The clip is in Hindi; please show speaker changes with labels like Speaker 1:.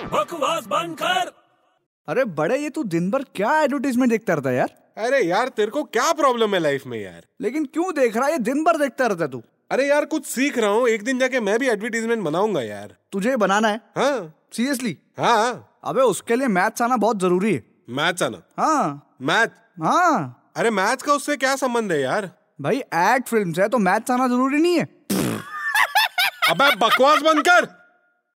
Speaker 1: आवाज बंद कर
Speaker 2: अरे बड़े ये तू दिन भर क्या एडवर्टीजमेंट देखता रहता है यार
Speaker 3: अरे यार तेरे को क्या प्रॉब्लम है लाइफ में यार
Speaker 2: लेकिन क्यों देख रहा है ये दिन भर देखता रहता है तू
Speaker 3: अरे यार कुछ सीख रहा हूँ एक दिन जाके मैं भी एडवर्टीजमेंट बनाऊंगा यार
Speaker 2: तुझे बनाना है
Speaker 3: हाँ
Speaker 2: सीरियसली
Speaker 3: हाँ
Speaker 2: अबे उसके लिए मैथ्स आना बहुत जरूरी है
Speaker 3: मैथ्स आना
Speaker 2: हाँ
Speaker 3: मैथ
Speaker 2: हाँ
Speaker 3: अरे मैथ्स का उससे क्या संबंध है यार
Speaker 2: भाई एड फिल्म है तो मैथ्स आना जरूरी नहीं है
Speaker 3: अबे बकवास बंद कर